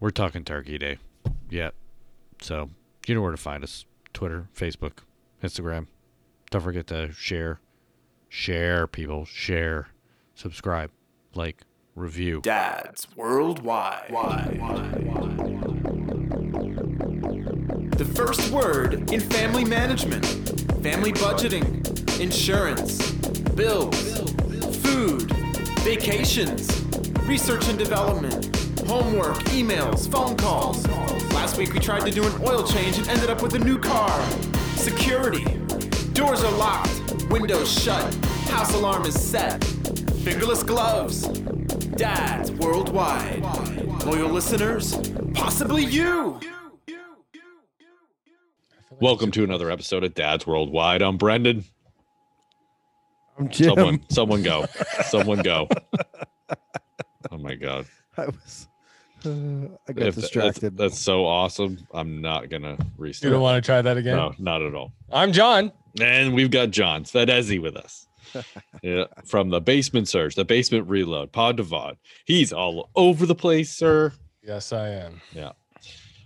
We're talking Turkey Day. Yeah. So you know where to find us Twitter, Facebook, Instagram. Don't forget to share. Share, people. Share. Subscribe. Like. Review. Dads worldwide. The first word in family management, family budgeting, insurance, bills, food, vacations, research and development, homework, emails, phone calls. Last week we tried to do an oil change and ended up with a new car. Security. Doors are locked, windows shut, house alarm is set. Fingerless gloves, dads worldwide, loyal listeners, possibly you. Welcome to another episode of Dad's Worldwide. I'm Brendan. I'm Jim. Someone, someone go. someone go. Oh my God. I was. Uh, I got If- that's- distracted. That's, so awesome. I'm not going to You restart. don't want to try that again? No, not at all. I'm John. And we've got John Fedezzi with us. yeah, from the basement surge, the basement reload, pod to VOD. He's all over the place, sir. Yes, I am.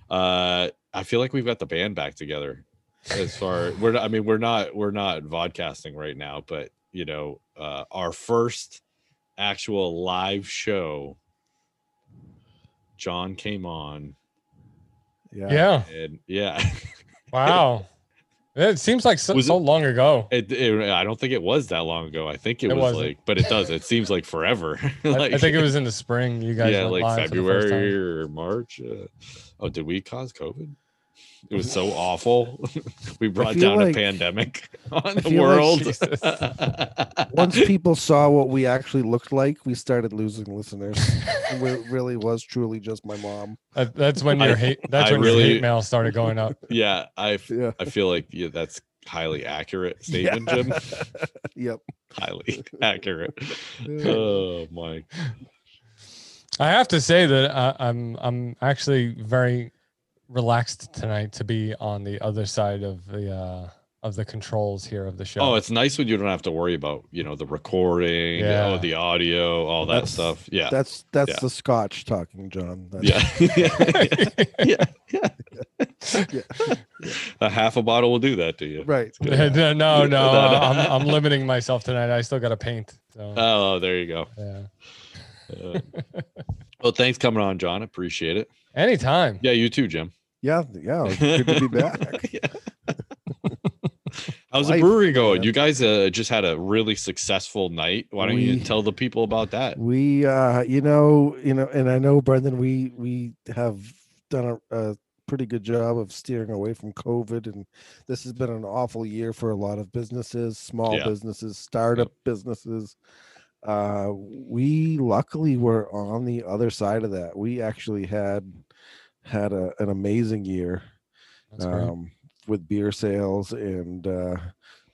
Uh, I feel like we've got the band back together. As far we're, not, I mean, we're not we're not vodcasting right now, but you know, uh, our first actual live show. John came on, yeah. Yeah. and yeah, Wow. It seems like so, Was so it- long ago. it, it, I don't think it was that long ago. I think it, It was wasn't. like, but it does. It seems like forever. I- like, I, think it was in the spring. You guys yeah, went like live for the first February time. or March. Uh, oh, did we cause COVID? It was so awful. we brought feel down a like- pandemic on the feel like world. Jesus. Once people saw what we actually looked like, we started losing listeners. it wa- really was truly just my mom. That- that's when I- your hate. That's I when really- your hate mail started going up. yeah, I f- Yeah. I feel like yeah, that's highly accurate statement, Jim. Yep. highly accurate. Yeah. Oh my! I have to say that I, I'm I'm actually very relaxed tonight to be on the other side of the uh, of the controls here of the show. Oh, it's nice when you don't have to worry about you know the recording, Yeah. oh the audio, all that That's- stuff. Yeah, That's that's Yeah. the Scotch talking, John. That's, yeah. yeah, yeah, A half a bottle will do that to you. Right. no, no, No, no, no. I'm I'm limiting myself tonight. I still got to paint. So Oh, there you go. yeah. Uh, well, thanks coming on, John. Appreciate it. Anytime. Yeah, you too, Jim. Yeah. Yeah. it's Oh, Good to be back. Yeah. How's the Life, brewery going? man. You guys uh, just had a really successful night. Why don't you We- tell the people about that? we uh you know you know and i know brendan we we have done a, a pretty good job of steering away from covid and this has been an awful year for a lot of businesses small Yeah. businesses startup businesses uh we luckily were on the other side of that we actually had had a, an amazing year That's great. um, with beer sales and uh,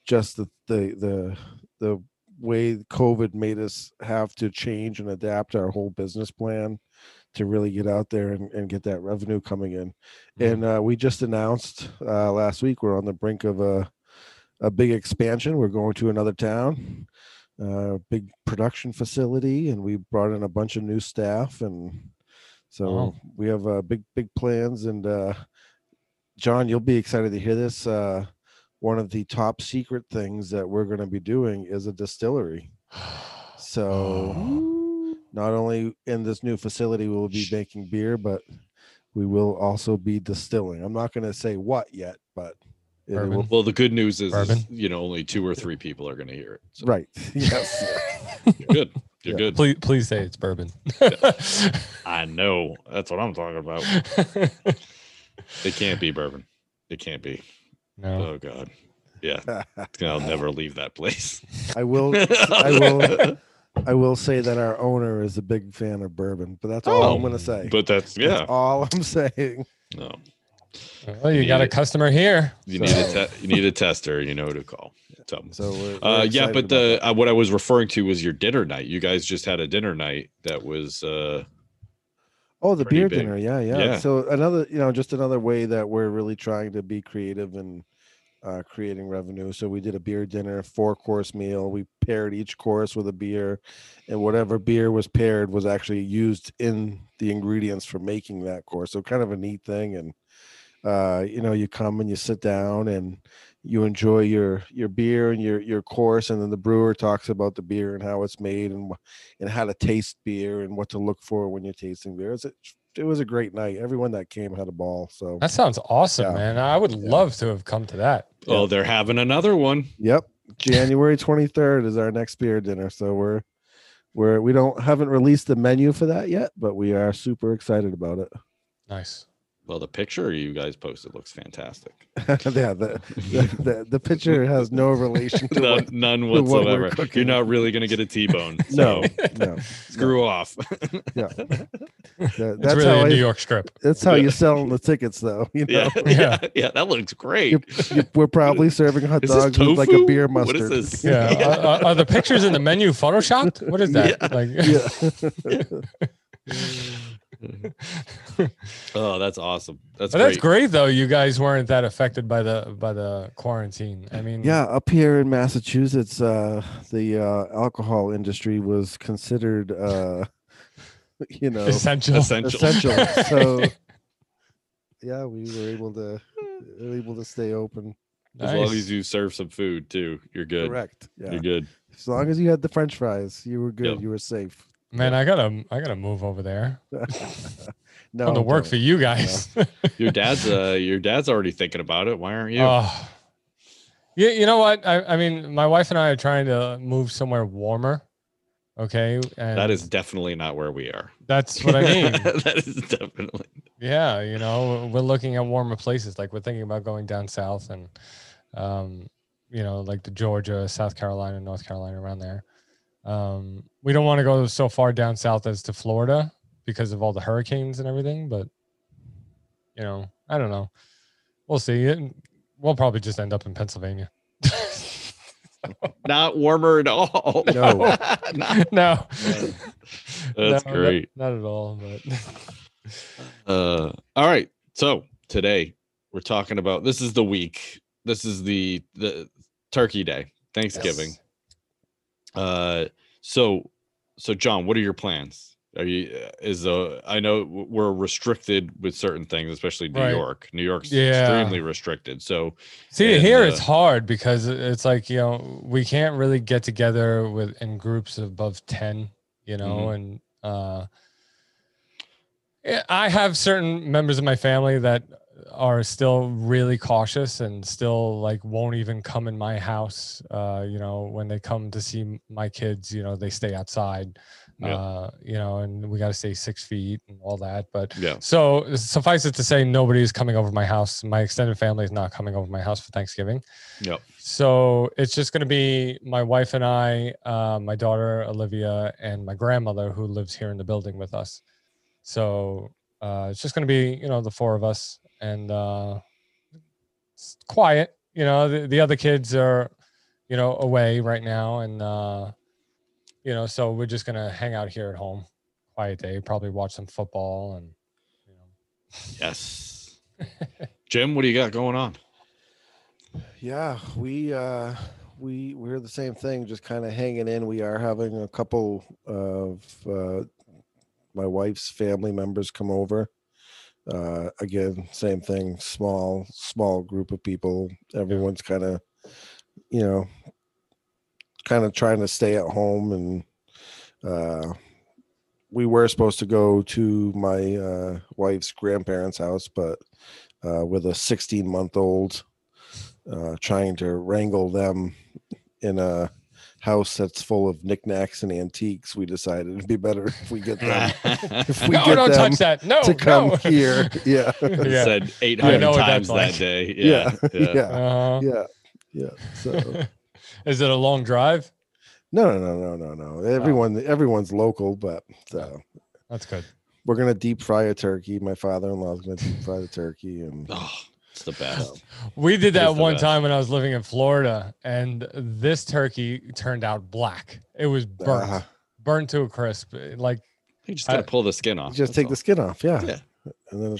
just the, the the the way COVID made us have to change and adapt our whole business plan to really get out there and, and get that revenue coming in. And uh, we just announced uh, last week we're on the brink of a a big expansion. We're going to another town, uh, big production facility, and we brought in a bunch of new staff, and so Wow. we have uh, big big plans. And uh, John, you'll be excited to hear this. Uh, one of the top secret things that we're going to be doing is a distillery. So Oh. not only in this new facility we will be making beer, but we will also be distilling. I'm not going to say what yet, but it Bourbon. will. Well, the good news is, is, Bourbon. you know, only two or three people are going to hear it. So Right. Yes. you're good. You're Yeah. good. Please, please say it's bourbon. I know. That's what I'm talking about. It can't be bourbon. It can't be. no. Oh God. Yeah. I'll never leave that place. I will. I will. I will say that our owner is a big fan of bourbon, but that's all Oh, I'm going to say. But that's That's yeah. all I'm saying. No. Well, you got a customer here. You so- need a te- you need a tester, you know who to call. So, So we're, we're uh yeah, excited but about the that. uh, what I was referring to was your dinner night. You guys just had a dinner night that was uh oh the pretty beer big. dinner, yeah, yeah, Yeah. So another, you know, just another way that we're really trying to be creative and uh, creating revenue. So we did a beer dinner, four course meal. We paired each course with a beer, and whatever beer was paired was actually used in the ingredients for making that course. So kind of a neat thing. And uh, you know, you come and you sit down and you enjoy your your beer and your your course, and then the brewer talks about the beer and how it's made and wh- and how to taste beer and what to look for when you're tasting beer. It's a, it was a great night. Everyone that came had a ball. So That sounds awesome, Yeah. man. I would Yeah. love to have come to that. Oh, they're having another one. Yep. January 23rd is our next beer dinner. So we're we're we don't haven't released the menu for that yet, but we are super excited about it. Nice. Well, the picture you guys posted looks fantastic. yeah, the, the, the the picture has no relation to None, what, none we're whatsoever. You're cooking. not really gonna get a T-bone. no, so no. screw off. Yeah. That- It's that's really how a New I, York strip. that's how you sell the tickets though. You know, yeah, Yeah. yeah, yeah. That looks great. You- you- we're probably serving hot Is this dogs with like a tofu? beer What is mustard. this? Yeah. Yeah. Are, are- are the pictures in the menu photoshopped? What is that? Yeah. Like, Yeah. Oh, that's awesome. That's But great. that's great though. You guys weren't that affected by the by the quarantine. I mean, Yeah, up here in Massachusetts, uh, the uh, alcohol industry was considered, uh, you know, essential. Essential. essential. So, yeah, we were able to able to stay open. As long as you serve some food too, you're good. Correct. Yeah. You're good. As long as you had the French fries, you were good. Yep. You were safe. Man, I gotta I gotta move over there. no, Come to work for don't. you guys. Your dad's uh, your dad's already thinking about it. Why aren't you? Oh. yeah, you know what? I, I mean, my wife and I are trying to move somewhere warmer. Okay, and that is definitely not where we are. that's what I mean. that is definitely. yeah, you know, we're looking at warmer places. Like we're thinking about going down south and, um, you know, like the Georgia, South Carolina, North Carolina, around there. Um, we don't want to go so far down south as to Florida because of all the hurricanes and everything. But, you know, I don't know. We'll see. It, we'll probably just end up in Pennsylvania. not warmer at all. No. Not- no, That's No, not- great. Not, at all. But Uh, all right. So today we're talking about this is the week. This is the the Turkey Day, Thanksgiving. Yes. Uh, so so John, what are your plans? Are you is uh I know w- we're restricted with certain things, especially New Right. York. New York's Yeah. extremely restricted. So See, And, here uh, it's hard because it's like, you know, we can't really get together with in groups above 10, you know, Mm-hmm. and uh yeah, I have certain members of my family that are still really cautious and still like won't even come in my house. Uh, you know, when they come to see m- my kids, you know, they stay outside. Yeah. Uh, you know, and we got to stay six feet and all that. But yeah, so suffice it to say, nobody is coming over my house. My extended family is not coming over my house for Thanksgiving. Yep. So it's just going to be my wife and I, uh, my daughter Olivia, and my grandmother who lives here in the building with us. So uh, it's just going to be you know the four of us and uh, it's quiet. You know the, the other kids are you know away right now, and uh, you know so we're just going to hang out here at home. Quiet day, probably watch some football and you know, yes. Jim, what do you got going on? Yeah, we uh, we we're the same thing, just kind of hanging in. We are having a couple of uh, my wife's family members come over. Uh, again, same thing. Small small group of people. Everyone's kind of, you know, kind of trying to stay at home and. Uh, we were supposed to go to my uh, wife's grandparents' house, but uh, with a 16 month old, uh, trying to wrangle them in a house that's full of knickknacks and antiques, we decided it'd be better if we get them if we no, get don't them touch that. No, to come no. here. Yeah. Yeah. Said eight I hundred know what times that's that like. day. Yeah. yeah. Yeah. Uh-huh. Yeah. Yeah. So Is it a long drive? no, no, no, no, no, no. Everyone, everyone's local, but so That's good. we're gonna deep fry a turkey. My father-in-law's gonna deep fry the turkey, and Oh, it's the best. We did that is the one best. time when I was living in Florida, and this turkey turned out black. It was burnt, Ah. burnt to a crisp. Like You just gotta I- pull the skin off. just that's take all. the skin off. Yeah. Yeah. and then it's done.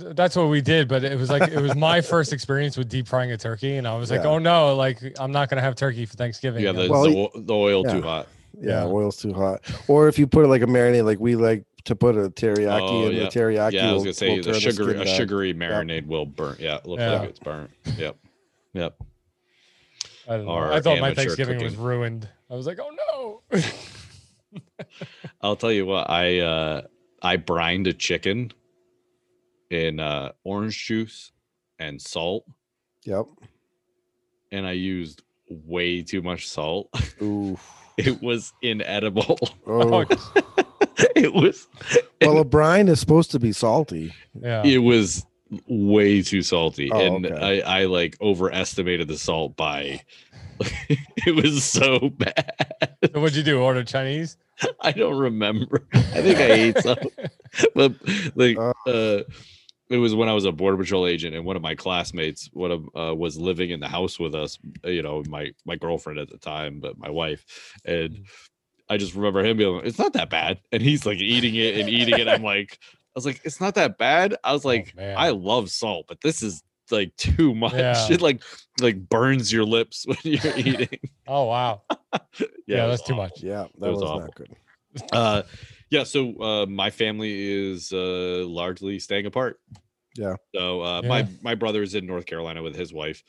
Yeah, that, that's what we did. But it was like it was my first experience with deep frying a turkey, and I was like, Yeah. oh no, like I'm not gonna have turkey for Thanksgiving. Yeah, And the, Well, the, you- o- the oil yeah. too hot. yeah, Yeah. oil's too hot. Or if you put it like a marinade, like we like to put a teriyaki, Oh, and yeah. the teriyaki. yeah, I was will- gonna say will a turn the sugary skin a back. sugary marinade will burn. Yeah, it looks Yeah. like it's burnt. Yep, yep. I, don't know. our I thought my amateur Thanksgiving was cooking. ruined. I was like, oh no. I'll tell you what, I uh I brined a chicken in uh orange juice and salt, Yep. and I used way too much salt. Ooh. It was inedible. Oh. it was well, a brine is supposed to be salty. yeah. it was way too salty. Oh, and okay. I, I like overestimated the salt by it was so bad. So what'd you do? Order Chinese? I don't remember. I think I ate some, but like Oh. uh, it was when I was a border patrol agent, and one of my classmates, one of uh, was living in the house with us. uh, You know, my my girlfriend at the time, but my wife, Mm. and I just remember him being, like, "It's not that bad," and he's like eating it and eating it. I'm like, I was like, "It's not that bad." I was like, Oh, man. "I love salt, but this is." like too much Yeah. it like like burns your lips when you're eating Oh wow. Yeah, it was that's too awful. much. Yeah, that was was, awful. not good. Uh, yeah. So uh, my family is uh, largely staying apart. Yeah. So uh, my Yeah. my brother is in North Carolina with his wife.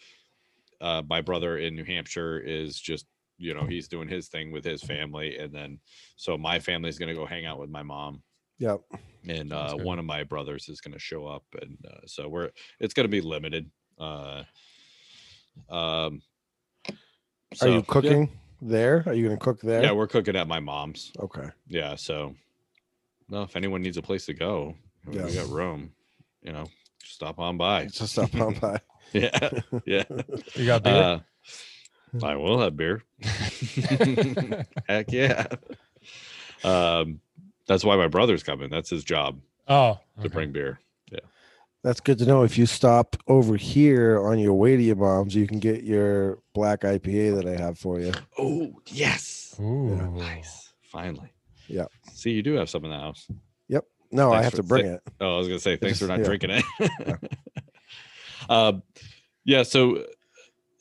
Uh, my brother in New Hampshire is just you know he's doing his thing with his family, and then so my family's gonna go hang out with my mom, Yep. and Sounds uh, good. one of my brothers is gonna show up, and uh, so we're it's gonna be limited. Uh, um. so, Are yeah. you cooking there? Are you going to cook there? yeah, we're cooking at my mom's. okay. Yeah, so no, if anyone needs a place to go, I mean, we Yeah. got room. You know, stop on by. Just stop on by. Yeah, yeah. You got Uh, beer? I will have beer. Heck yeah. Um, that's why my brother's coming. That's his job oh. to okay. bring beer. That's good to know. If you stop over here on your way to your mom's, you can get your black IPA that I have for you. Oh yes, Ooh. nice. Finally. Yeah. See, you do have some in the house. No, Thanks I have for- to bring it. Oh, I was gonna say thanks for just- not yeah. drinking it. um, yeah. So,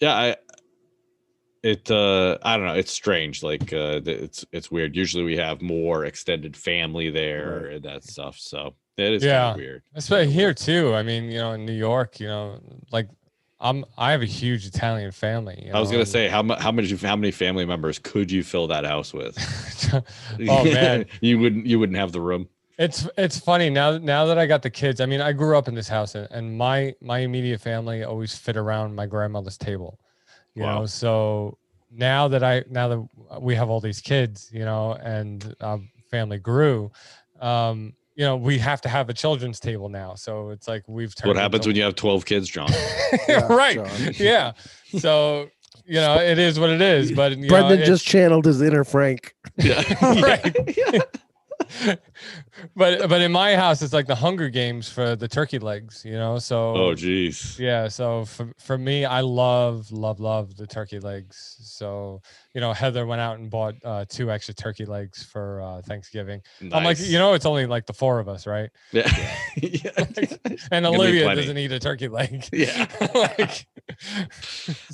yeah, I it uh I don't know. It's strange. Like uh, th- it's it's weird. Usually we have more extended family there Right. and that stuff. So it is Yeah. kind of weird. That's what here too. I mean, you know, in New York, you know, like I'm I have a huge Italian family. you I was know, gonna and- say how much how many how many family members could you fill that house with? oh man. you wouldn't you wouldn't have the room. It's it's funny now now that I got the kids. I mean, I grew up in this house and, and my my immediate family always fit around my grandmother's table. You Wow. know, so now that I now that we have all these kids, you know, and our family grew, um, you know, we have to have a children's table now. So it's like we've turned What happens when you have twelve kids, John? Yeah, right. John. Yeah. So, you know, it is what it is, but you Brendan know, it- just channeled his inner Frank. yeah. right. but but in my house it's like the hunger games for the turkey legs you know so Oh geez. yeah so for, for me i love love love the turkey legs so you know heather went out and bought uh, two extra turkey legs for uh, thanksgiving i'm like Nice. you know it's only like the four of us right Yeah. yeah. and Gonna be olivia plenty. doesn't eat a turkey leg Yeah. like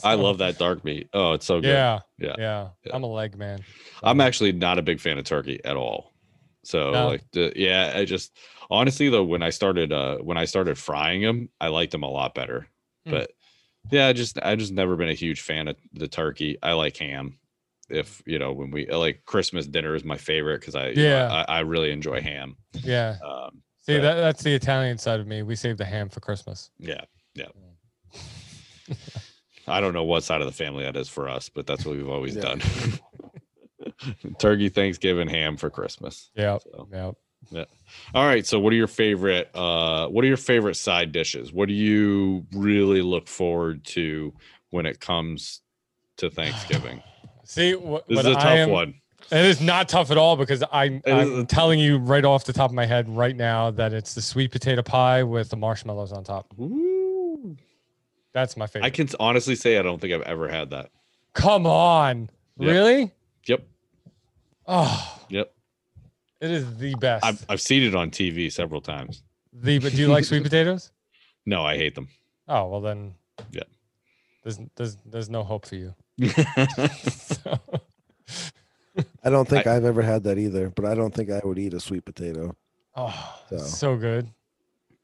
I so, love that dark meat. Oh, it's so good. yeah, Yeah, yeah yeah. i'm a leg man I'm actually not a big fan of turkey at all. So No? like the, yeah, I just honestly though when I started uh when I started frying them, I liked them a lot better. Hmm. But yeah, I just I just never been a huge fan of the turkey. I like ham. If you know when we like Christmas dinner is my favorite because I you know, Yeah. I, I really enjoy ham. yeah Um, see But- that, that's the italian side of me we saved the ham for christmas yeah, yeah. I don't know what side of the family that is for us, but that's what we've always Yeah. done. turkey, Thanksgiving, ham for Christmas. yeah So. yeah All right. So, what are your favorite? Uh, what are your favorite side dishes? What do you really look forward to when it comes to Thanksgiving? See, wh- This but is a tough I am, one. It is not tough at all because I'm, It is a- I'm telling you right off the top of my head right now that it's the sweet potato pie with the marshmallows on top. That's my favorite. I can s- honestly say I don't think I've ever had that. Come on, Yep. really? Yep. Oh, Yep. it is the best. I've I've seen it on TV several times. The but do you like sweet potatoes? No, I hate them. Oh well then. Yeah. There's there's there's no hope for you. So, I don't think I, have ever had that either, but I don't think I would eat a sweet potato. oh, So. so. good.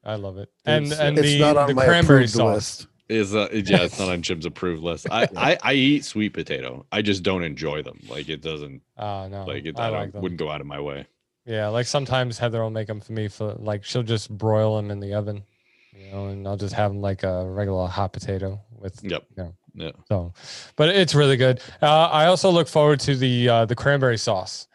I love it. And It's- and it's the, not on the my cranberry approved sauce. list. Is uh, yeah, it's not on Jim's approved list. I, I I eat sweet potato. I just don't enjoy them. Like it doesn't. Oh no. Like it. I I, don't, like them. wouldn't go out of my way. Yeah, like sometimes Heather will make them for me for like she'll just broil them in the oven, you know, and I'll just have them like a regular hot potato with Yep. No. Yeah. so, but it's really good. Uh, I also look forward to the uh, the cranberry sauce,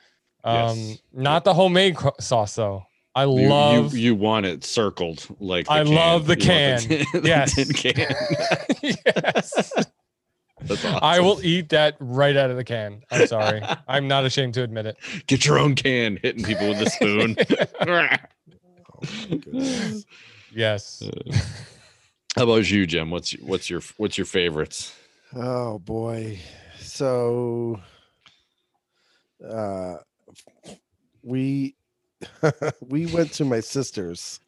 um, Yes. not the homemade cr- sauce though. I You, love you you want it circled like the I can. love the You want can. tin- the Yes. tin can. yes. That's awesome. I will eat that right out of the can. I'm sorry, I'm not ashamed to admit it. get your own can hitting people with a spoon. Oh, my goodness. Yes, How about you, Jim? What's what's your what's your favorites? Oh boy. So uh we we went to my sister's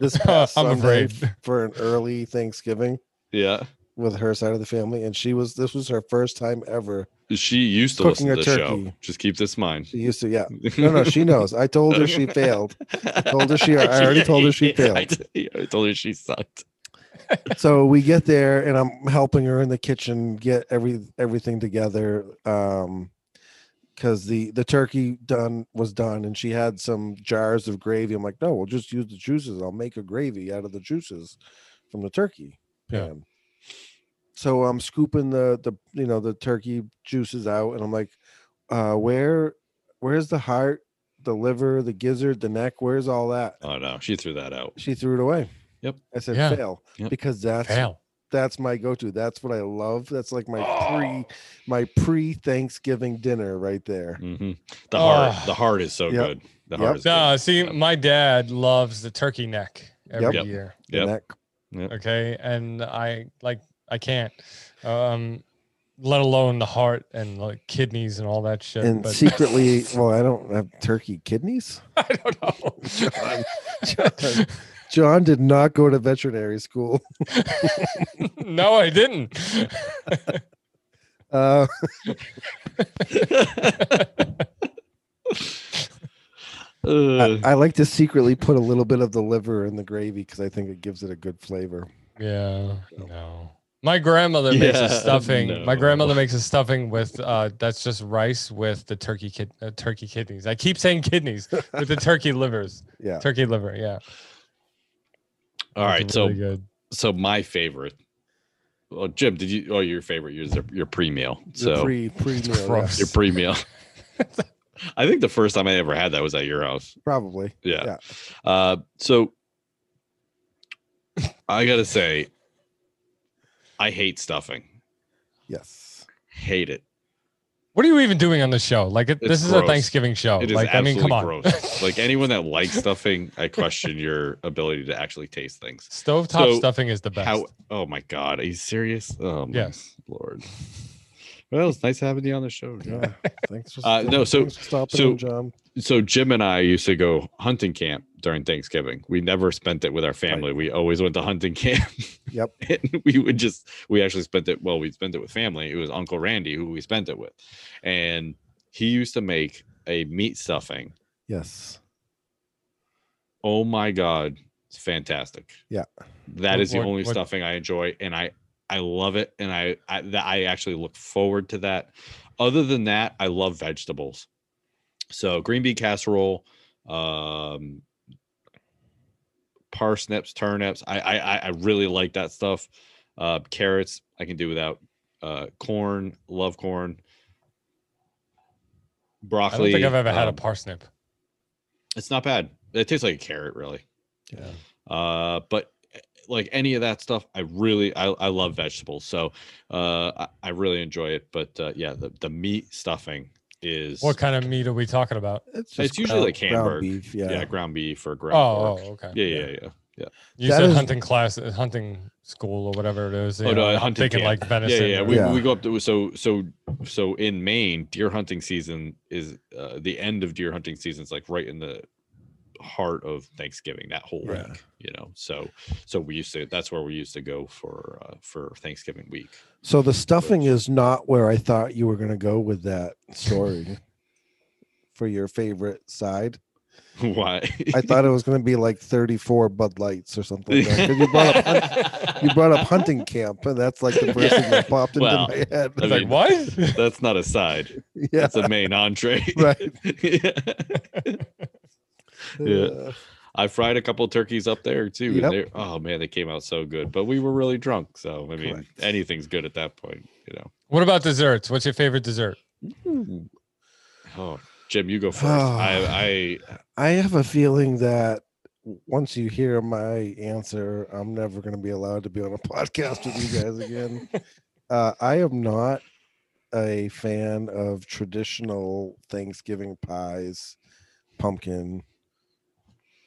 this Uh, past I'm Sunday afraid. f- for an early Thanksgiving yeah. with her side of the family and she was this was her first time ever. She used to listen Cooking to a the show. turkey. Just keep this in mind. She used to yeah. No no she knows. I told her she failed. told her she- I already told her she I, t- I told her she sucked. so we get there and i'm helping her in the kitchen get every everything together um because the the turkey done was done and she had some jars of gravy i'm like no we'll just use the juices i'll make a gravy out of the juices from the turkey Yeah. pan so i'm scooping the the you know the turkey juices out and i'm like uh where where's the heart the liver the gizzard the neck where's all that Oh no, she threw that out. she threw it away Yep. i said Yeah. fail Yep. because that's fail. that's my go-to. That's what I love. That's like my Oh. pre my pre-Thanksgiving dinner right there. hmm The Ah. heart, the heart is so Yep. good. The Yep. heart is No, good. see, Yep. my dad loves the turkey neck every Yep. year. The Mm, Yep. neck. Okay, and I like I can't, um, let alone the heart and like kidneys and all that shit. And but secretly, well, I don't have turkey kidneys. I don't know. John, John, John did not go to veterinary school. no, I didn't. Uh, I, Uh, I like to secretly put a little bit of the liver in the gravy because I think it gives it a good flavor. yeah, no. My grandmother makes a Yeah, stuffing. My no. grandmother makes a stuffing with uh, that's just rice with the turkey kid, uh, turkey kidneys. I keep saying kidneys with the turkey livers, Yeah. turkey liver. Yeah. all right, It's so really good. so my favorite. Well, Jim, did you? Oh, your favorite is your, your pre meal. So pre pre meal, yeah, Gross. your pre meal. I think the first time I ever had that was at your house. probably. Yeah. Uh, so I gotta say, I hate stuffing. Yes. Hate it. What are you even doing on the show? Like, it, It's this is a gross. Thanksgiving show. It is Oh, like, I mean, absolutely come on. gross. like anyone that likes stuffing, I question your ability to actually taste things. Stovetop So, stuffing is the best. How? Oh my God, are you serious? Oh my Yes. Lord. Well, it's nice having you on the show. John. Yeah. Thanks for, Uh, no, so- thanks for stopping so- in, John. so Jim and I used to go hunting camp during Thanksgiving. We never spent it with our family. We always went to hunting camp. Yep. and we would just we actually spent it well, we spent it with family. It was Uncle Randy who we spent it with. And he used to make a meat stuffing. Yes. Oh my god, it's fantastic. Yeah. That What- is the what- only what- stuffing I enjoy and I I love it and I I, that I actually look forward to that. Other than that, I love vegetables. So green bean casserole, um parsnips, turnips. I I I- I really like that stuff. Uh carrots, I can do without. Uh corn, love corn. I Broccoli. don't think I've ever had a um, parsnip. it's not bad. It tastes like a carrot, really. Yeah. Uh, but eh, like any of that stuff, I really I, I love vegetables, so uh, I, I really enjoy it. But uh, yeah, the, the meat stuffing is What kind of meat are we talking about? It's, it's usually like hamburger, ground beef. yeah. Yeah. ground beef or ground Oh, pork. oh, okay. yeah, yeah, yeah, yeah, You That said is- hunting class, uh, hunting school, or whatever it is. you Oh, no, know, I'm hunting thinking camp. like yeah, venison. yeah. or- We, Yeah. we go up to so so so in Maine, deer hunting season is uh, the end of deer hunting season is like right in the heart of Thanksgiving that whole Yeah. week, you know. So so we used to that's where we used to go for uh, for Thanksgiving week. So the stuffing is not where I thought you were going to go with that story for your favorite side. Why? I thought it was going to be like 34 Bud Lights or something like that. 'cause You brought, up, hun- you brought up hunting camp, and that's like the first thing that popped into Well, my head. I like mean, what? that's not a side. yeah. That's a main entree. Right. Yeah. yeah. Uh, I fried a couple turkeys up there too. and Yep. they- oh man, they came out so good. But we were really drunk, so I mean, Correct. anything's good at that point, you know. what about desserts? What's your favorite dessert? Oh, Jim, you go first. Ah. I, I I have a feeling that w- once you hear my answer, I'm never going to be allowed to be on a podcast with you guys again. uh, I am not a fan of traditional Thanksgiving pies, pumpkin,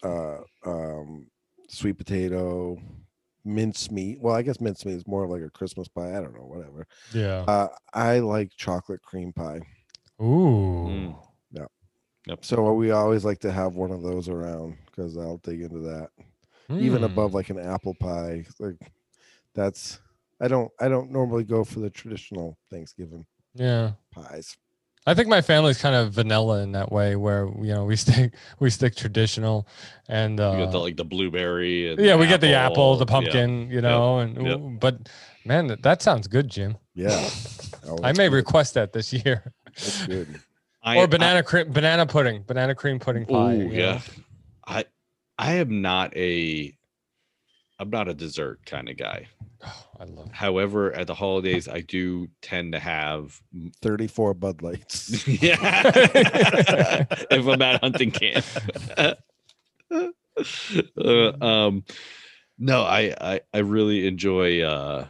uh, um, sweet potato, mincemeat. Well, I guess mincemeat is more of like a Christmas pie. I don't know, whatever. Yeah. Uh, I like chocolate cream pie. Uh, Ooh. mm, So we always like to have one of those around because I'll dig into that. even Hmm. Mm. above like an apple pie like that's i don't i don't normally go for the traditional thanksgiving Yeah. pies I think my family's kind of vanilla in that way, where you know we stick we stick traditional, and uh, you got the like the blueberry. And yeah, we get the apple, the yeah. pumpkin, you know, and yep. ooh, but man, that, that sounds good, Jim. yeah Oh, I it's may good. request that this year, It's good. I- or banana cream, banana pudding, banana cream pudding Oh pie. you know? yeah. I I am not a I'm not a dessert kind of guy. Oh, I love. It. However, at the holidays, I do tend to have 34 bud lights yeah. if I'm at hunting camp. Uh, um, no, I, I I really enjoy. Uh,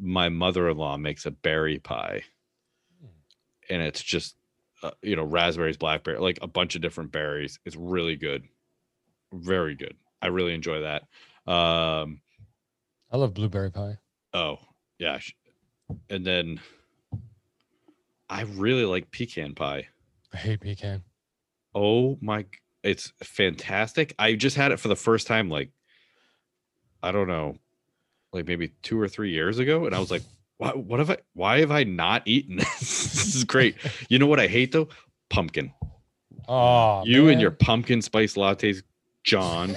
my mother-in-law makes a berry pie, and it's just uh, you know raspberries, blackberry, like a bunch of different berries. It's really good, very good. I really enjoy that. Um, I love blueberry pie. Oh, yeah. sh- And then I really like pecan pie. I hate pecan. Oh my, g- it's fantastic. I just had it for the first time, like, I don't know, like maybe two or three years ago. And I was like, what, what have I, why have I not eaten this? this is great. You know what I hate though? Pumpkin. Oh, you man. and your pumpkin spice lattes, John.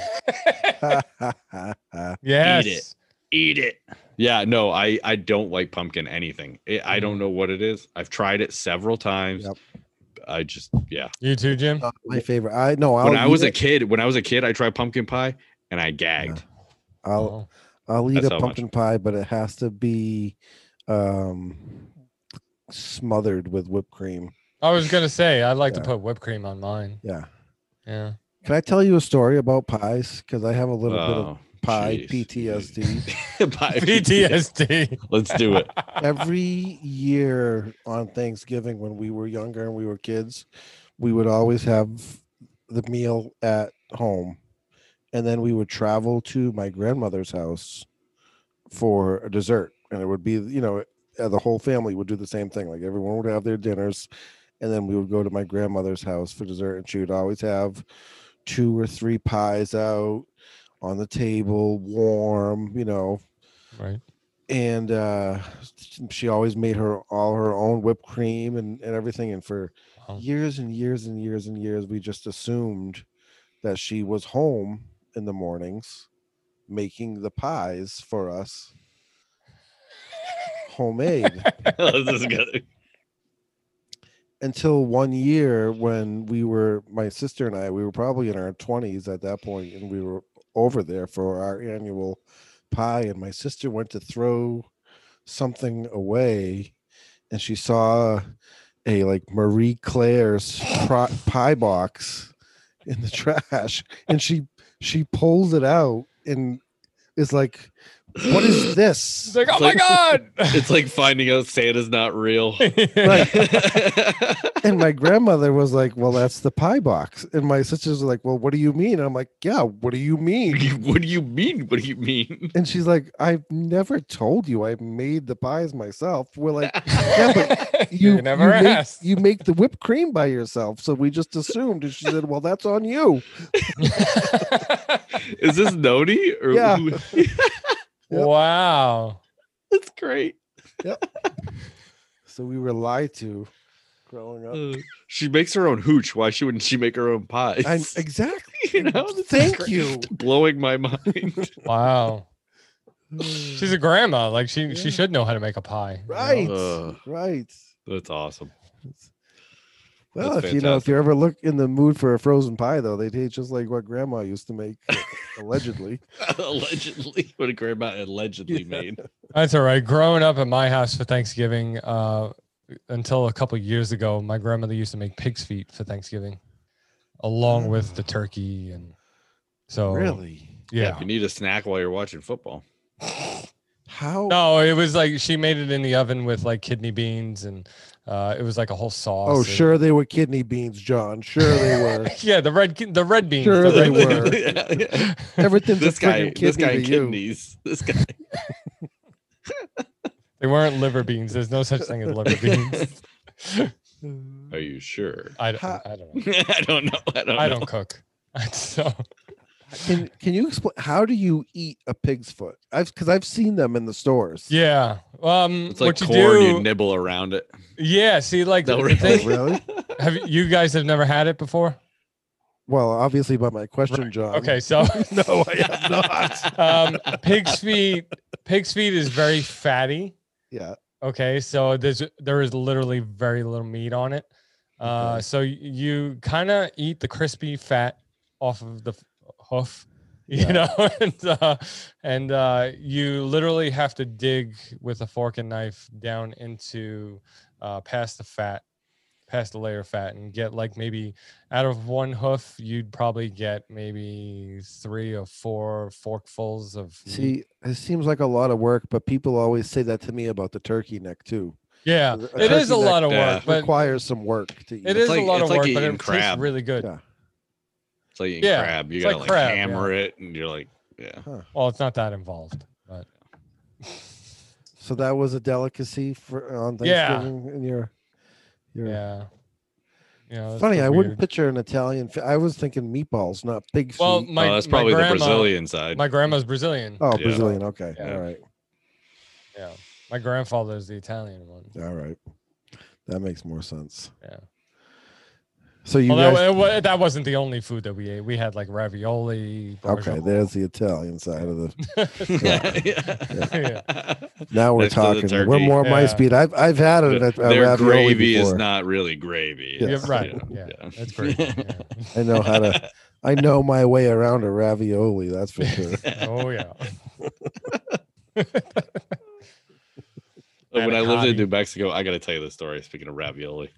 yes. eat it. Yeah, no, I I don't like pumpkin anything. I I don't know what it is. I've tried it several times. Mm-hmm. Yep. I just yeah. You too, Jim. Not my favorite i no I'll when I eat was a it. kid, when I was a kid, I tried pumpkin pie and I gagged. i'll Oh. i'll eat That's a how much. pumpkin pie but it has to be um smothered with whipped cream I was gonna say I'd like to Yeah. put whipped cream on mine. yeah Yeah. can i tell you a story about pies because i have a little bit of Oh, pie jeez. ptsd Pie PTSD. Let's do it. every year on Thanksgiving when we were younger and we were kids, we would always have the meal at home. And then we would travel to my grandmother's house for a dessert. And it would be, you know, uh, the whole family would do the same thing. Like everyone would have their dinners. And then we would go to my grandmother's house for dessert. And she would always have two or three pies out on the table, warm, you know, right. and uh s- she always made her all her own whipped cream and, and everything and for Wow. years and years and years and years we just assumed that she was home in the mornings making the pies for us homemade This is good. until one year when we were my sister and I we were probably in our 20s at that point and we were over there for our annual pie and my sister went to throw something away and she saw a like Marie Claire's pro- pie box in the trash and she she pulls it out and is like What is this? It's like, oh It's my like- god! It's like finding out Santa's not real. Right. And my grandmother was like, Well, that's the pie box. And my sisters were like, Well, what do you mean? I'm like, Yeah, what do you mean? what do you mean? What do you mean? And she's like, I've never told you I made the pies myself. We're like, Yeah, but you, you, never you make, asked. you make the whipped cream by yourself. So we just assumed. And she said, Well, that's on you. Is this Noni? Or Yeah. who- Yep. Wow. That's great. So we were lied to growing up. Uh, she makes her own hooch. Why she wouldn't she make her own pies? And exactly. you know, this is Thank great. you. Blowing my mind. Wow. She's a grandma. Like she Yeah. she should know how to make a pie. you know? Right. Uh, right. that's awesome. Well, That's if you know, if fantastic. you're ever look in the mood for a frozen pie, though, they taste just like what Grandma used to make, allegedly. allegedly, what a grandma allegedly Yeah. made. That's all right. Growing up at my house for Thanksgiving, uh, until a couple years ago, my grandmother used to make pig's feet for Thanksgiving, along with the turkey and so Really? yeah. You need a snack while you're watching football. How? No, it was like she made it in the oven with like kidney beans and uh, it was like a whole sauce. oh, and- sure, they were kidney beans, John. Sure, they were. Yeah, the red ki- the red beans. Sure the they red were. Yeah, yeah. Everything's This a guy, friggin' this kidney guy, to you. kidneys. This guy. They weren't liver beans. There's no such thing as liver beans. Are you sure? I don't, Ha- I don't know. I don't know. I don't. I know. don't cook. So Can Can you explain how do you eat a pig's foot? I've because I've seen them in the stores. yeah, um, It's like what you corn. do? You nibble around it. yeah, see, like No, the really? Oh, thing- really? have you- you guys have never had it before? Well, obviously by my question, Um, John. Okay, so No, I have not. um, pig's feet, pig's feet is very fatty. yeah. Okay, so there's there is literally very little meat on it. Uh, Okay. so y- you kind of eat the crispy fat off of the f- hoof, you Yeah. know, and uh, and uh, you literally have to dig with a fork and knife down into uh, past the fat, past the layer of fat, and get like maybe out of one hoof, you'd probably get maybe three or four forkfuls of meat. See, it seems like a lot of work, but people always say that to me about the turkey neck too. yeah, A it is turkey a neck lot of Yeah. work, but requires some work to eat. It is like- a lot it's of like work, but eating it crab. tastes really good. Yeah. It's like eating Yeah, crab. You it's gotta like like, crab, yeah. hammer it, and you're like, yeah. Well, it's not that involved, but So that was a delicacy for on Yeah. Thanksgiving in your your yeah. You know, it's funny. the I Oh, weird- wouldn't picture an Italian. fi- I was thinking meatballs, not pig feet. Well, My, my oh, that's my probably grandma, the Brazilian side. My grandma's Brazilian. oh, yeah. Brazilian. Okay, Yeah. all right, Yeah, my grandfather's the Italian one. all right. That makes more sense. Yeah. So you Although guys, it wa- that wasn't the only food that we ate. We had like ravioli. okay? barbacoa. There's the Italian side of the. yeah. Now we're Next to the talking. We're turkey. more my Yeah. speed. I've I've had it at a Their ravioli gravy before. is not really gravy. Yeah, It's, right, you know, yeah, that's great. Yeah. I know how to. I know my way around a ravioli. That's for sure. Oh yeah. when I lived in Manicotti. New Mexico, I got to tell you this story. Speaking of ravioli,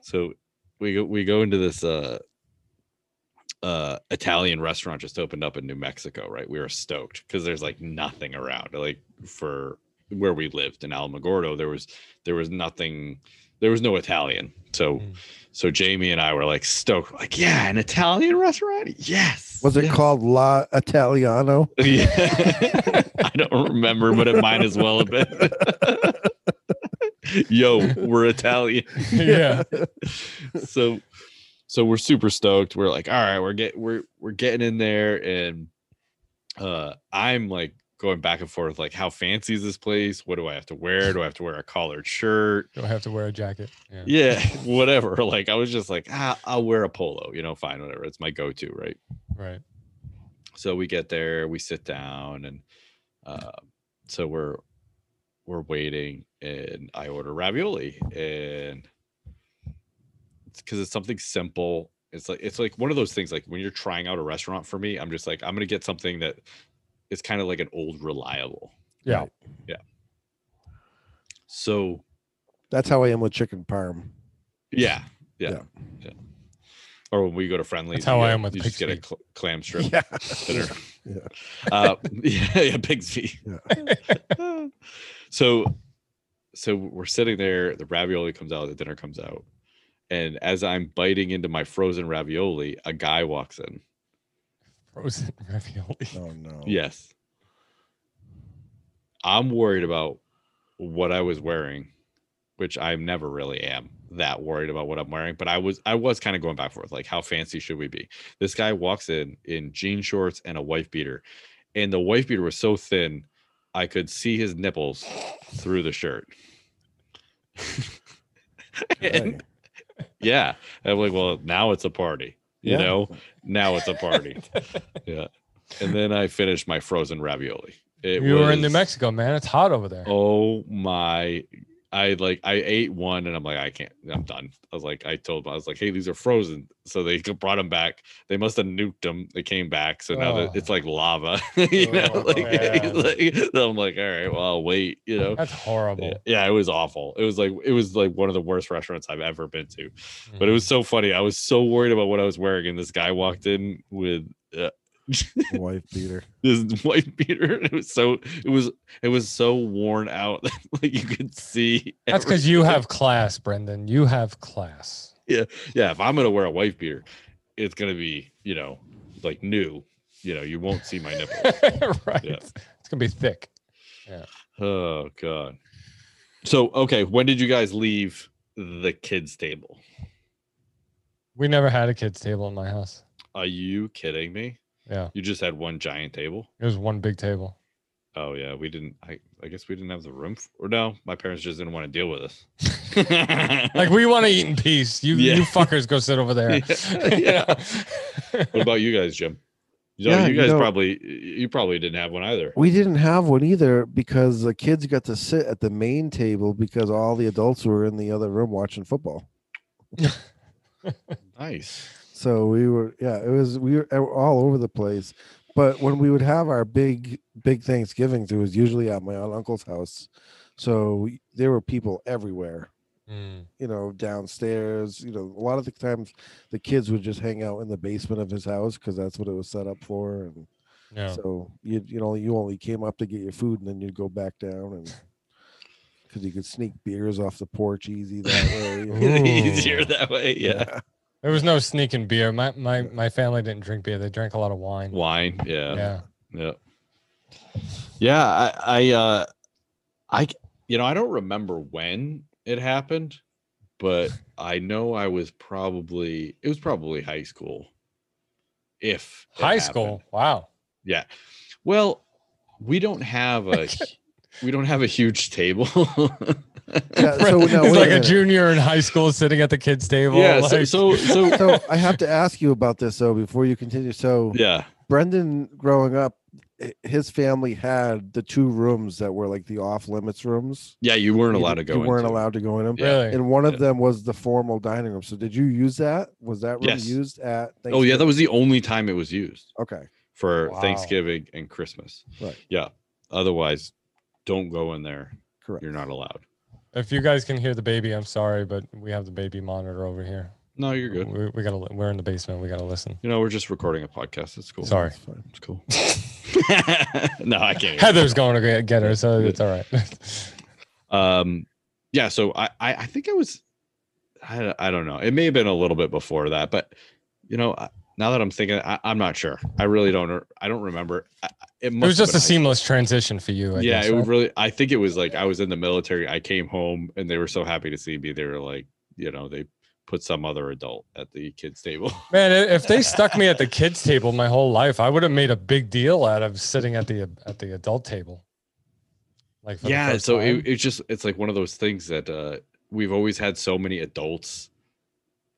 so we go we go into this uh uh Italian restaurant just opened up in New Mexico, right? We were stoked because there's like nothing around, like for where we lived in Alamogordo, there was there was nothing, there was no Italian. So Mm. so Jamie and I were like stoked, like yeah, an Italian restaurant, yes. Was it yes." called La Italiano? Yeah. I don't remember, but it might as well have been. Yo, we're Italian. yeah. So so we're super stoked. We're like, all right, we're get we're we're getting in there and uh I'm like going back and forth like how fancy is this place? What do I have to wear? Do I have to wear a collared shirt? Don't have to wear a jacket. Yeah. Yeah, whatever. Like I was just like, ah, I'll wear a polo, you know, fine, whatever. It's my go-to, right? Right. so we get there we sit down and uh, so we're we're waiting and i order ravioli and it's because it's something simple it's like it's like one of those things like when you're trying out a restaurant for me i'm just like i'm gonna get something that is kind of like an old reliable Yeah. so That's how I am with chicken parm. yeah yeah, Yeah. yeah. or when we go to friendlies, That's how you I get- am with you just get pig's a feet. cl- clam strip Yeah. dinner. Yeah. Uh, yeah, yeah, pig's feet. so, so we're sitting there. The ravioli comes out. The dinner comes out, and as I'm biting into my frozen ravioli, a guy walks in. Frozen ravioli. Oh no. Yes, I'm worried about what I was wearing, which I never really am that worried about what I'm wearing. But I was, I was kind of going back and forth, like how fancy should we be? This guy walks in in jean shorts and a wife beater, and the wife beater was so thin, I could see his nipples through the shirt. And- Hey, yeah. I'm like, well, now it's a party. You Yeah. know, now it's a party. yeah. And then I finished my frozen ravioli. It you were in New was- Mexico, man. It's hot over there. Oh my. I like I ate one and I'm like I can't I'm done. I was like I told them I was like hey these are frozen so they c- brought them back. They must have nuked them. They came back so now that Oh. it's like lava. you know Oh, like, man. like- so I'm like all right well I'll wait you know. That's horrible. Yeah, yeah, it was awful. It was like it was like one of the worst restaurants I've ever been to. Mm. Mm-hmm. But it was so funny. I was so worried about what I was wearing, and this guy walked in with uh, wife beater. this white beater. It was so it was it was so worn out that like you could see. That's because you have class, Brendan. You have class. every- yeah. If I'm gonna wear a white beater, it's gonna be you know like new. You know, you won't see my nipple. right. It's gonna be thick. oh god. So okay, when did you guys leave the kids' table? We never had a kids table in my house. Are you kidding me? Yeah, You just had one giant table. it was one big table. Oh yeah, we didn't. I, I guess we didn't have the room. For, or no, my parents just didn't want to deal with us. Like we want to eat in peace. You Yeah. you fuckers go sit over there. Yeah. what about you guys, Jim? No, Yeah, you you guys know- probably you probably didn't have one either. We didn't have one either because the kids got to sit at the main table because all the adults were in the other room watching football. Nice. So we were, yeah, it was, we were e-, all over the place. But when we would have our big, big Thanksgivings, it was usually at my aunt and uncle's house. So there were people everywhere, Mm. you know, downstairs. You know, a lot of the times the kids would just hang out in the basement of his house because that's what it was set up for. And Yeah. so you, you know, you only came up to get your food and then you'd go back down and because you could sneak beers off the porch easy that way. you know. Easier that way. Yeah. There was no sneaking beer. My my my family didn't drink beer. They drank a lot of wine. Wine. Yeah. Yeah. Yeah. Yeah. I, I, uh, I, c- you know, I don't remember when it happened, but I know I was probably, it was probably high school. If it High happened. school. Wow. Yeah. Well, we don't have a, hu- we don't have a huge table. Yeah, so It's now, wait like a minute. junior in high school sitting at the kids' table. yeah. like- So, so, so, so I have to ask you about this though before you continue. So yeah. Brendan, growing up, i- his family had the two rooms that were like the off limits rooms. Yeah. You weren't You- allowed to go. You weren't into. allowed to go in them. Yeah. really. And one of Yeah. them was the formal dining room. So did you use that? Was that room Yes. used at? Oh yeah. That Thanksgiving? was the only time it was used. okay. for Wow. Thanksgiving and Christmas. Right. Yeah. Otherwise, don't go in there. Correct. You're not allowed. If you guys can hear the baby, I'm sorry, but we have the baby monitor over here. No, you're good. We, we gotta. li- We're in the basement. We gotta listen. You know, we're just recording a podcast. It's cool. Sorry. That's fine. It's cool. no, I can't. hear Heather's going to get, get her, so Good. it's all right. you. Um, yeah. So I, I, I think I was, I, I don't know. It may have been a little bit before that, but you know, I, now that I'm thinking, I, I'm not sure. I really don't. re- I don't remember. I, I- it, it was must have just a been high seamless transition for you. I yeah, guess, it right? would really. I think it was like I was in the military. I came home and they were so happy to see me. They were like, you know, they put some other adult at the kids' table. Man, i- if they stuck me at the kids' table my whole life, I would have made a big deal out of sitting at the at the adult table. Like for the yeah, first so time. it, it's just it's like one of those things that uh, we've always had so many adults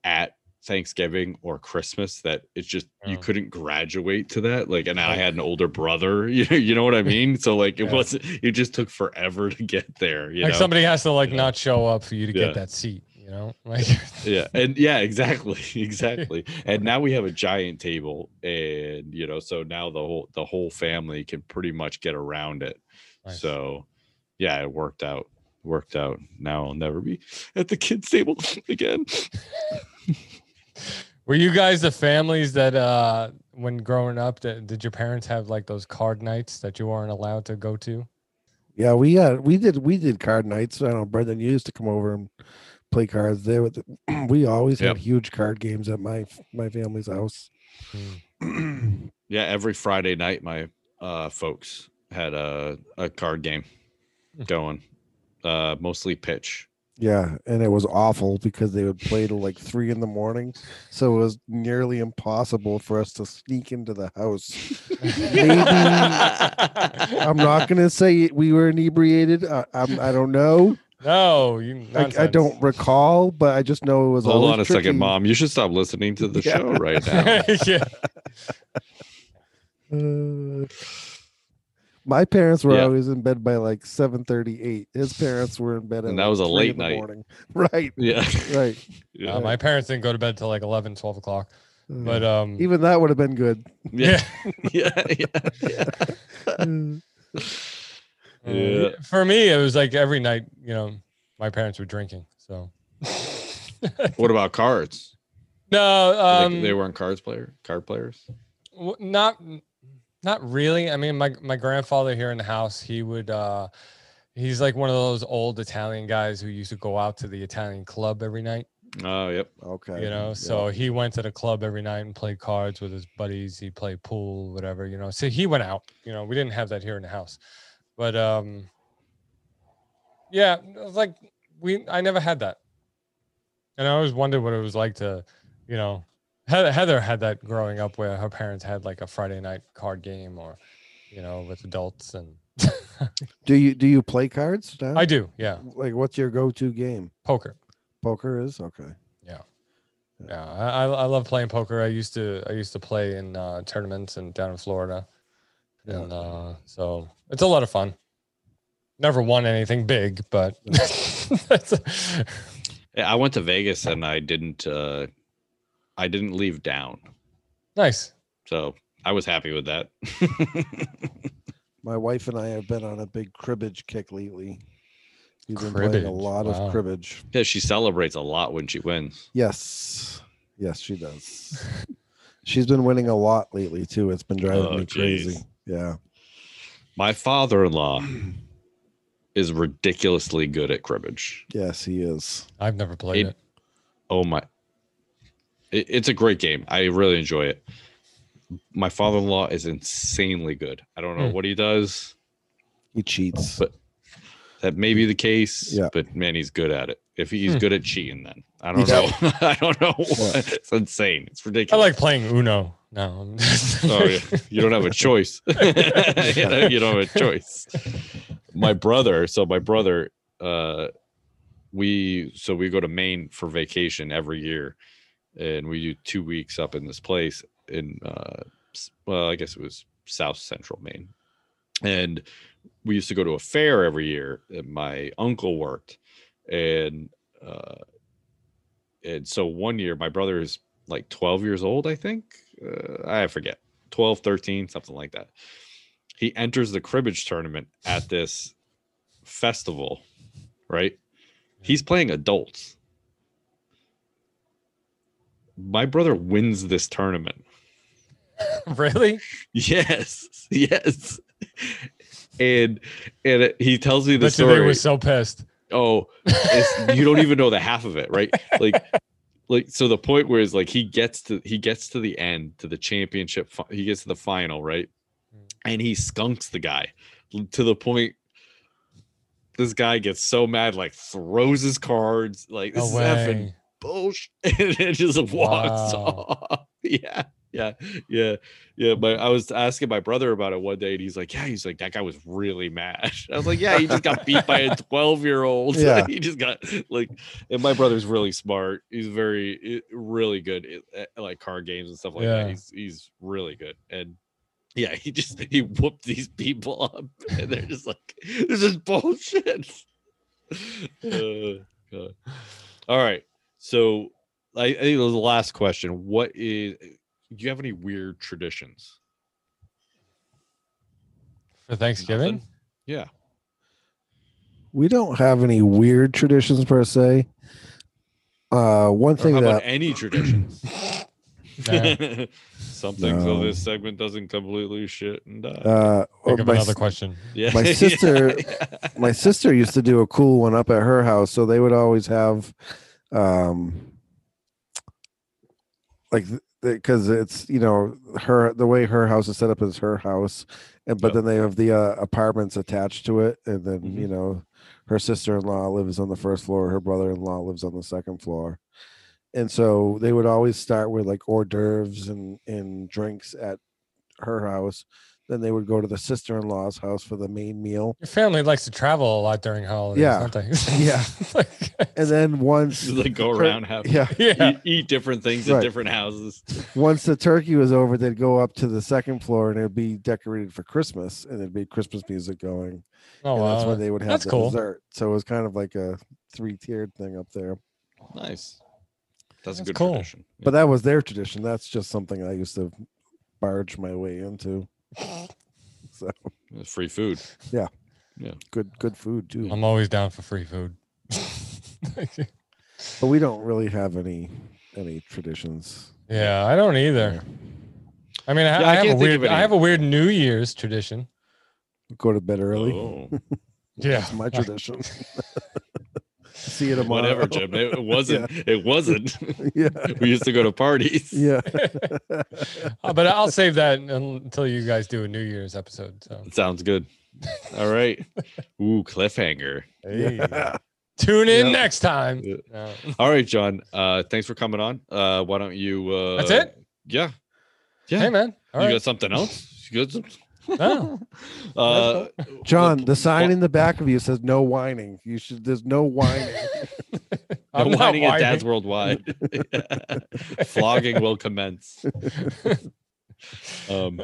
at Thanksgiving or Christmas that it's just you Yeah. couldn't graduate to that. Like, and I Oh. Right. had an older brother. You know, you know what I mean? So like, it Yeah. wasn't. It just took forever to get there. You like know. somebody has to like Yeah. not show up for you to Yeah. get that seat. You know, like yeah and yeah exactly exactly and now we have a giant table and you know so now the whole the whole family can pretty much get around it Nice. so yeah it worked out worked out now i'll never be at the kids table again Were you guys the families that uh when growing up that, did your parents have like those card nights that you weren't allowed to go to? Yeah, we uh we did we did card nights. I know Brendan you used to come over and play cards there with the, we always Yep. had huge card games at my my family's house. Hmm. Yeah, every Friday night, my uh, folks had a, a card game Hmm. going, uh, mostly pitch. Yeah, and it was awful because they would play till like three in the morning, so it was nearly impossible for us to sneak into the house. I'm not gonna say we were inebriated. I, I'm, I don't know. No, you. I, I nonsense. don't recall, but I just know it was. Hold always on a tricky. second, mom. You should stop listening to the Yeah. show right now. yeah. Uh, my parents were Yeah. always in bed by like seven thirty-eight. His parents were in bed, at And that like was a 3 late in the night. morning. Right, yeah. right. Yeah. Uh, my parents didn't go to bed till like 11, 12 o'clock. But um, Uh, even that would have been good. Yeah. Yeah. yeah. Mm. uh, Yeah. for me, it was like every night. You know, my parents were drinking. So What about cards? no, Were they- um, they, weren't cards player, card players. W- not not really i mean my my grandfather here in the house he would uh he's like one of those old italian guys who used to go out to the italian club every night Oh, yep. Okay, you know yeah. so he went to the club every night and played cards with his buddies he played pool whatever you know so he went out you know we didn't have that here in the house but um yeah it was like we i never had that and i always wondered what it was like to you know heather, heather had that growing up where her parents had like a friday night card game or you know with adults and do you do you play cards? Dan? i do yeah Like, what's your go-to game? poker Poker is okay. Yeah, I, I I love playing poker. I used to I used to play in uh, tournaments and down in Florida, Yeah. and uh, so it's a lot of fun. Never won anything big, but that's Yeah, I went to Vegas and I didn't, uh, I didn't leave down. nice. So I was happy with that. My wife and I have been on a big cribbage kick lately. We've been playing Cribbage, a lot wow. of cribbage. yeah. She celebrates a lot when she wins. Yes, yes, she does. She's been winning a lot lately too. It's been driving Oh, me crazy. jeez. Yeah. My father in law is ridiculously good at cribbage. Yes, he is. I've never played It- it. Oh my. It, it's a great game. I really enjoy it. My father in law is insanely good. I don't know Hmm. what he does. He cheats. But- That may be the case, Yeah. but man, he's good at it. If he's Hmm. good at cheating, then I don't Yeah. know. I don't know. Yeah. It's insane. It's I ridiculous. like playing Uno. No, I'm just- oh, yeah. you don't have a choice. you, know, you don't have a choice. My brother, so my brother, uh, we so we go to Maine for vacation every year, and we do two weeks up in this place in uh, s- well, I guess it was South Central Maine, and we used to go to a fair every year. that my uncle worked, and uh, and so one year my brother is like 12 years old i think uh, i forget 12 13 something like that he enters the cribbage tournament at this festival right he's playing adults my brother wins this tournament really? yes yes and and it- he tells me the But story today was so pissed. oh it's, you don't even know the half of it right like like so the point where is like he gets to he gets to the end to the championship fi- he gets to the final right Mm. and he skunks the guy l- to the point this guy gets so mad like throws his cards like this No is effing way. bullshit and it just walks Wow. off. Yeah. Yeah. Yeah. Yeah. But I was asking my brother about it one day and he's like, Yeah, he's like, that guy was really mad. I was like, Yeah, he just got beat by a 12 year old. Yeah. he just got like, and my brother's really smart. He's very, i- really good at, at, like card games and stuff like Yeah. that. He's, he's really good. And yeah, he just, he whooped these people up and they're just like, this is bullshit. Uh, God. All right. So I, I think it was the last question. What is do you have any weird traditions? For Thanksgiving? Nothing? Yeah. We don't have any weird traditions per se. Uh, one Or thing how that about any traditions? Nah. Something so No. this segment doesn't completely shit and die. Uh, or Think of my, another s- question. yeah. my yeah, sister- yeah. my sister used to do a cool one up at her house, so they would always have, um, like because it's you know her the way her house is set up is her house, and but Yep. then they have the uh, apartments attached to it, and then Mhm. you know her sister-in-law lives on the first floor, her brother-in-law lives on the second floor. And so they would always start with like hors d'oeuvres and, and drinks at her house. Then they would go to the sister in law's house for the main meal. Your family likes to travel a lot during holidays, Yeah. don't they? Yeah. Like, And then once Just like go around, have yeah yeah. eat, eat different things at Right. different houses. once the turkey was over they'd go up to the second floor and it'd be decorated for christmas and there'd be christmas music going Oh, and that's wow. where they would have that's the cool. dessert so it was kind of like a three-tiered thing up there Nice. That's, That's a good cool. tradition. but that was their tradition that's just something i used to barge my way into so It's free food. good good food too Hmm. I'm always down for free food. but we don't really have any any traditions yeah, I don't either. I mean, I, Yeah, I I can't have a think of weird, any. I have a weird New Year's tradition. go to bed early Oh, Yeah, it's my tradition see you tomorrow whatever, Jim. It it wasn't. It wasn't. yeah we used to go to parties. yeah Uh, but I'll save that until you guys do a New Year's episode. So Sounds good. All right. Ooh, cliffhanger. yeah. tune in Yeah. next time. Yeah. No. All right, John. Uh, thanks for coming on. Uh, why don't you? Uh, That's it? Yeah. Yeah. Hey man, all you right. got something else? You got something? No. Uh, John, the sign wha- in the back of you says no whining. You should there's no whining. I'm I'm not whining at Dad's whining. Worldwide. Flogging will commence. Um,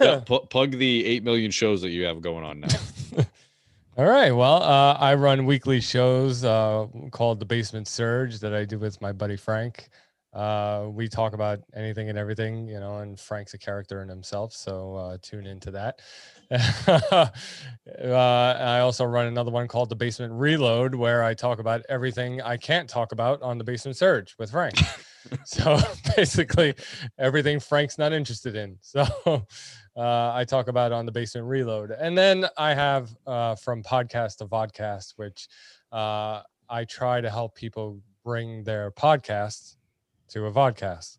yeah, pu- plug the eight million shows that you have going on now. All right. Well, uh, I run weekly shows uh, called The Basement Surge that I do with my buddy Frank. Uh, we talk about anything and everything, you know, and Frank's a character in himself. So uh, tune into that. uh, I also run another one called The Basement Reload, where I talk about everything I can't talk about on The Basement Surge with Frank. so basically, everything Frank's not interested in. So uh, I talk about on the Basement Reload. And then I have uh, from podcast to vodcast, which uh, I try to help people bring their podcasts to a vodcast.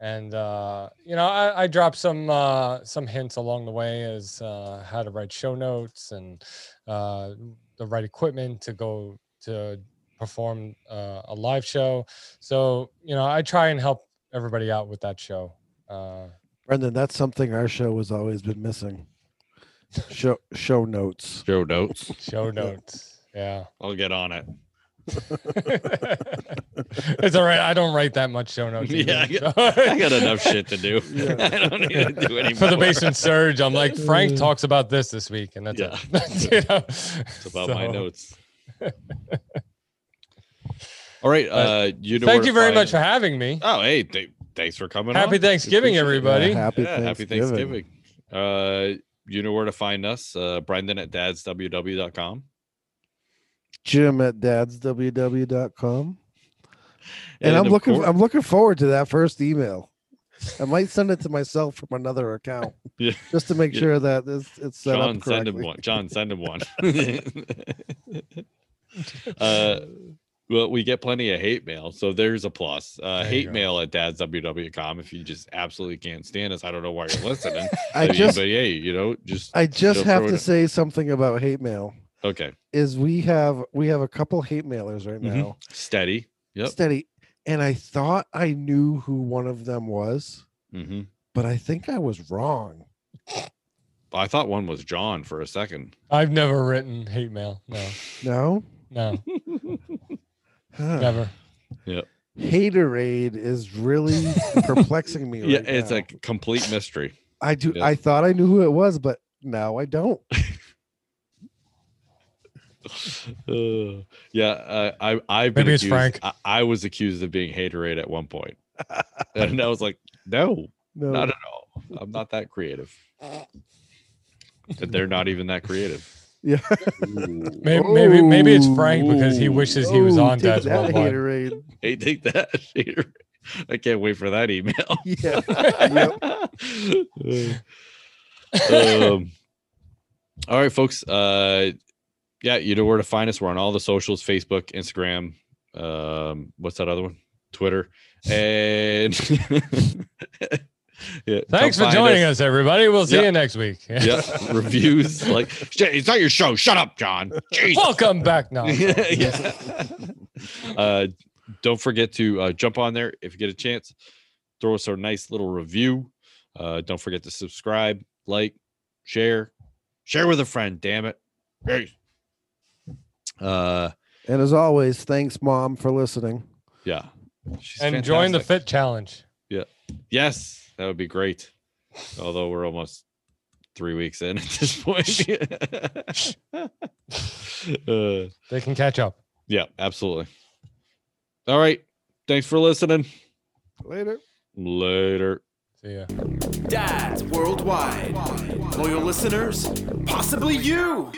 And uh, you know, I, I drop some uh, some hints along the way as uh, how to write show notes and uh, the right equipment to go to perform uh, a live show. So you know, I try and help everybody out with that show. Uh, Brendan, that's something our show has always been missing. Show show notes. Show notes. Show notes. Yeah. I'll get on it. it's all right. I don't write that much show notes. Yeah, I either, got- so- I got enough shit to do. I don't need to do anymore. For the basement surge, I'm like, Frank Mm. talks about this this week, and that's Yeah. it. You know? It's about my So, notes. All right. But Uh, you know. where Thank to you very find- much for having me. Oh, hey, th- thanks for coming. Happy on. Thanksgiving, Appreciate it. everybody. Yeah, Uh, happy, yeah, happy Thanksgiving. Thanksgiving. Uh, you know where to find us. Uh, Brendan at dadsww.com. Jim at dadsww.com. And, And I'm of looking course- I'm looking forward to that first email. I might send it to myself from another account Yeah. just to make Yeah. sure that it's, it's set John, up send correctly. him one. John, send him one. uh, well, we get plenty of hate mail, so there's a plus. Uh, There you hate go. mail at dadsww.com. If you just absolutely can't stand us, I don't know why you're listening. I but, just but hey, you know, just I just Don't have throw it to in. say something about hate mail. okay, Is we have we have a couple hate mailers right Mhm. now. steady. Yep. steady. And I thought I knew who one of them was, Mm-hmm. but I think I was wrong. I thought one was John for a second. I've never written hate mail. No, No, no, huh. never. Haterade is really perplexing me. yeah, right it's now. a complete mystery. I do. yeah. I thought I knew who it was, but now I don't. Uh, yeah, uh, I I've been Maybe it's accused, Frank. I, I was accused of being haterade at one point, and I was like, no, No, not at all. I'm not that creative. But they're not even that creative. yeah. Maybe, maybe, maybe it's Ooh. Frank because he wishes he was Oh, on take Dad's that Worldwide. Haterade. Hey, take that. haterade. I can't wait for that email. Yeah. um, all right, folks. Uh, yeah, you know where to find us. We're on all the socials: Facebook, Instagram. Um, what's that other one? Twitter. And yeah, Thanks come for find joining us. everybody. We'll see Yeah. you next week. Yeah, reviews like "Shit, it's not your show. Shut up, John. Jesus. Welcome back now. yeah. uh, don't forget to uh, jump on there if you get a chance. Throw us a nice little review. Uh, don't forget to subscribe, like, share, share with a friend. Damn it. Hey. Uh, And as always, thanks, mom, for listening. yeah. She's And join the fantastic. fit challenge. Yes, that would be great. Although we're almost three weeks in at this point. Uh, They can catch up. yeah, absolutely. All right. Thanks for listening. Later. Later. See ya. Dads worldwide. Loyal listeners, possibly you.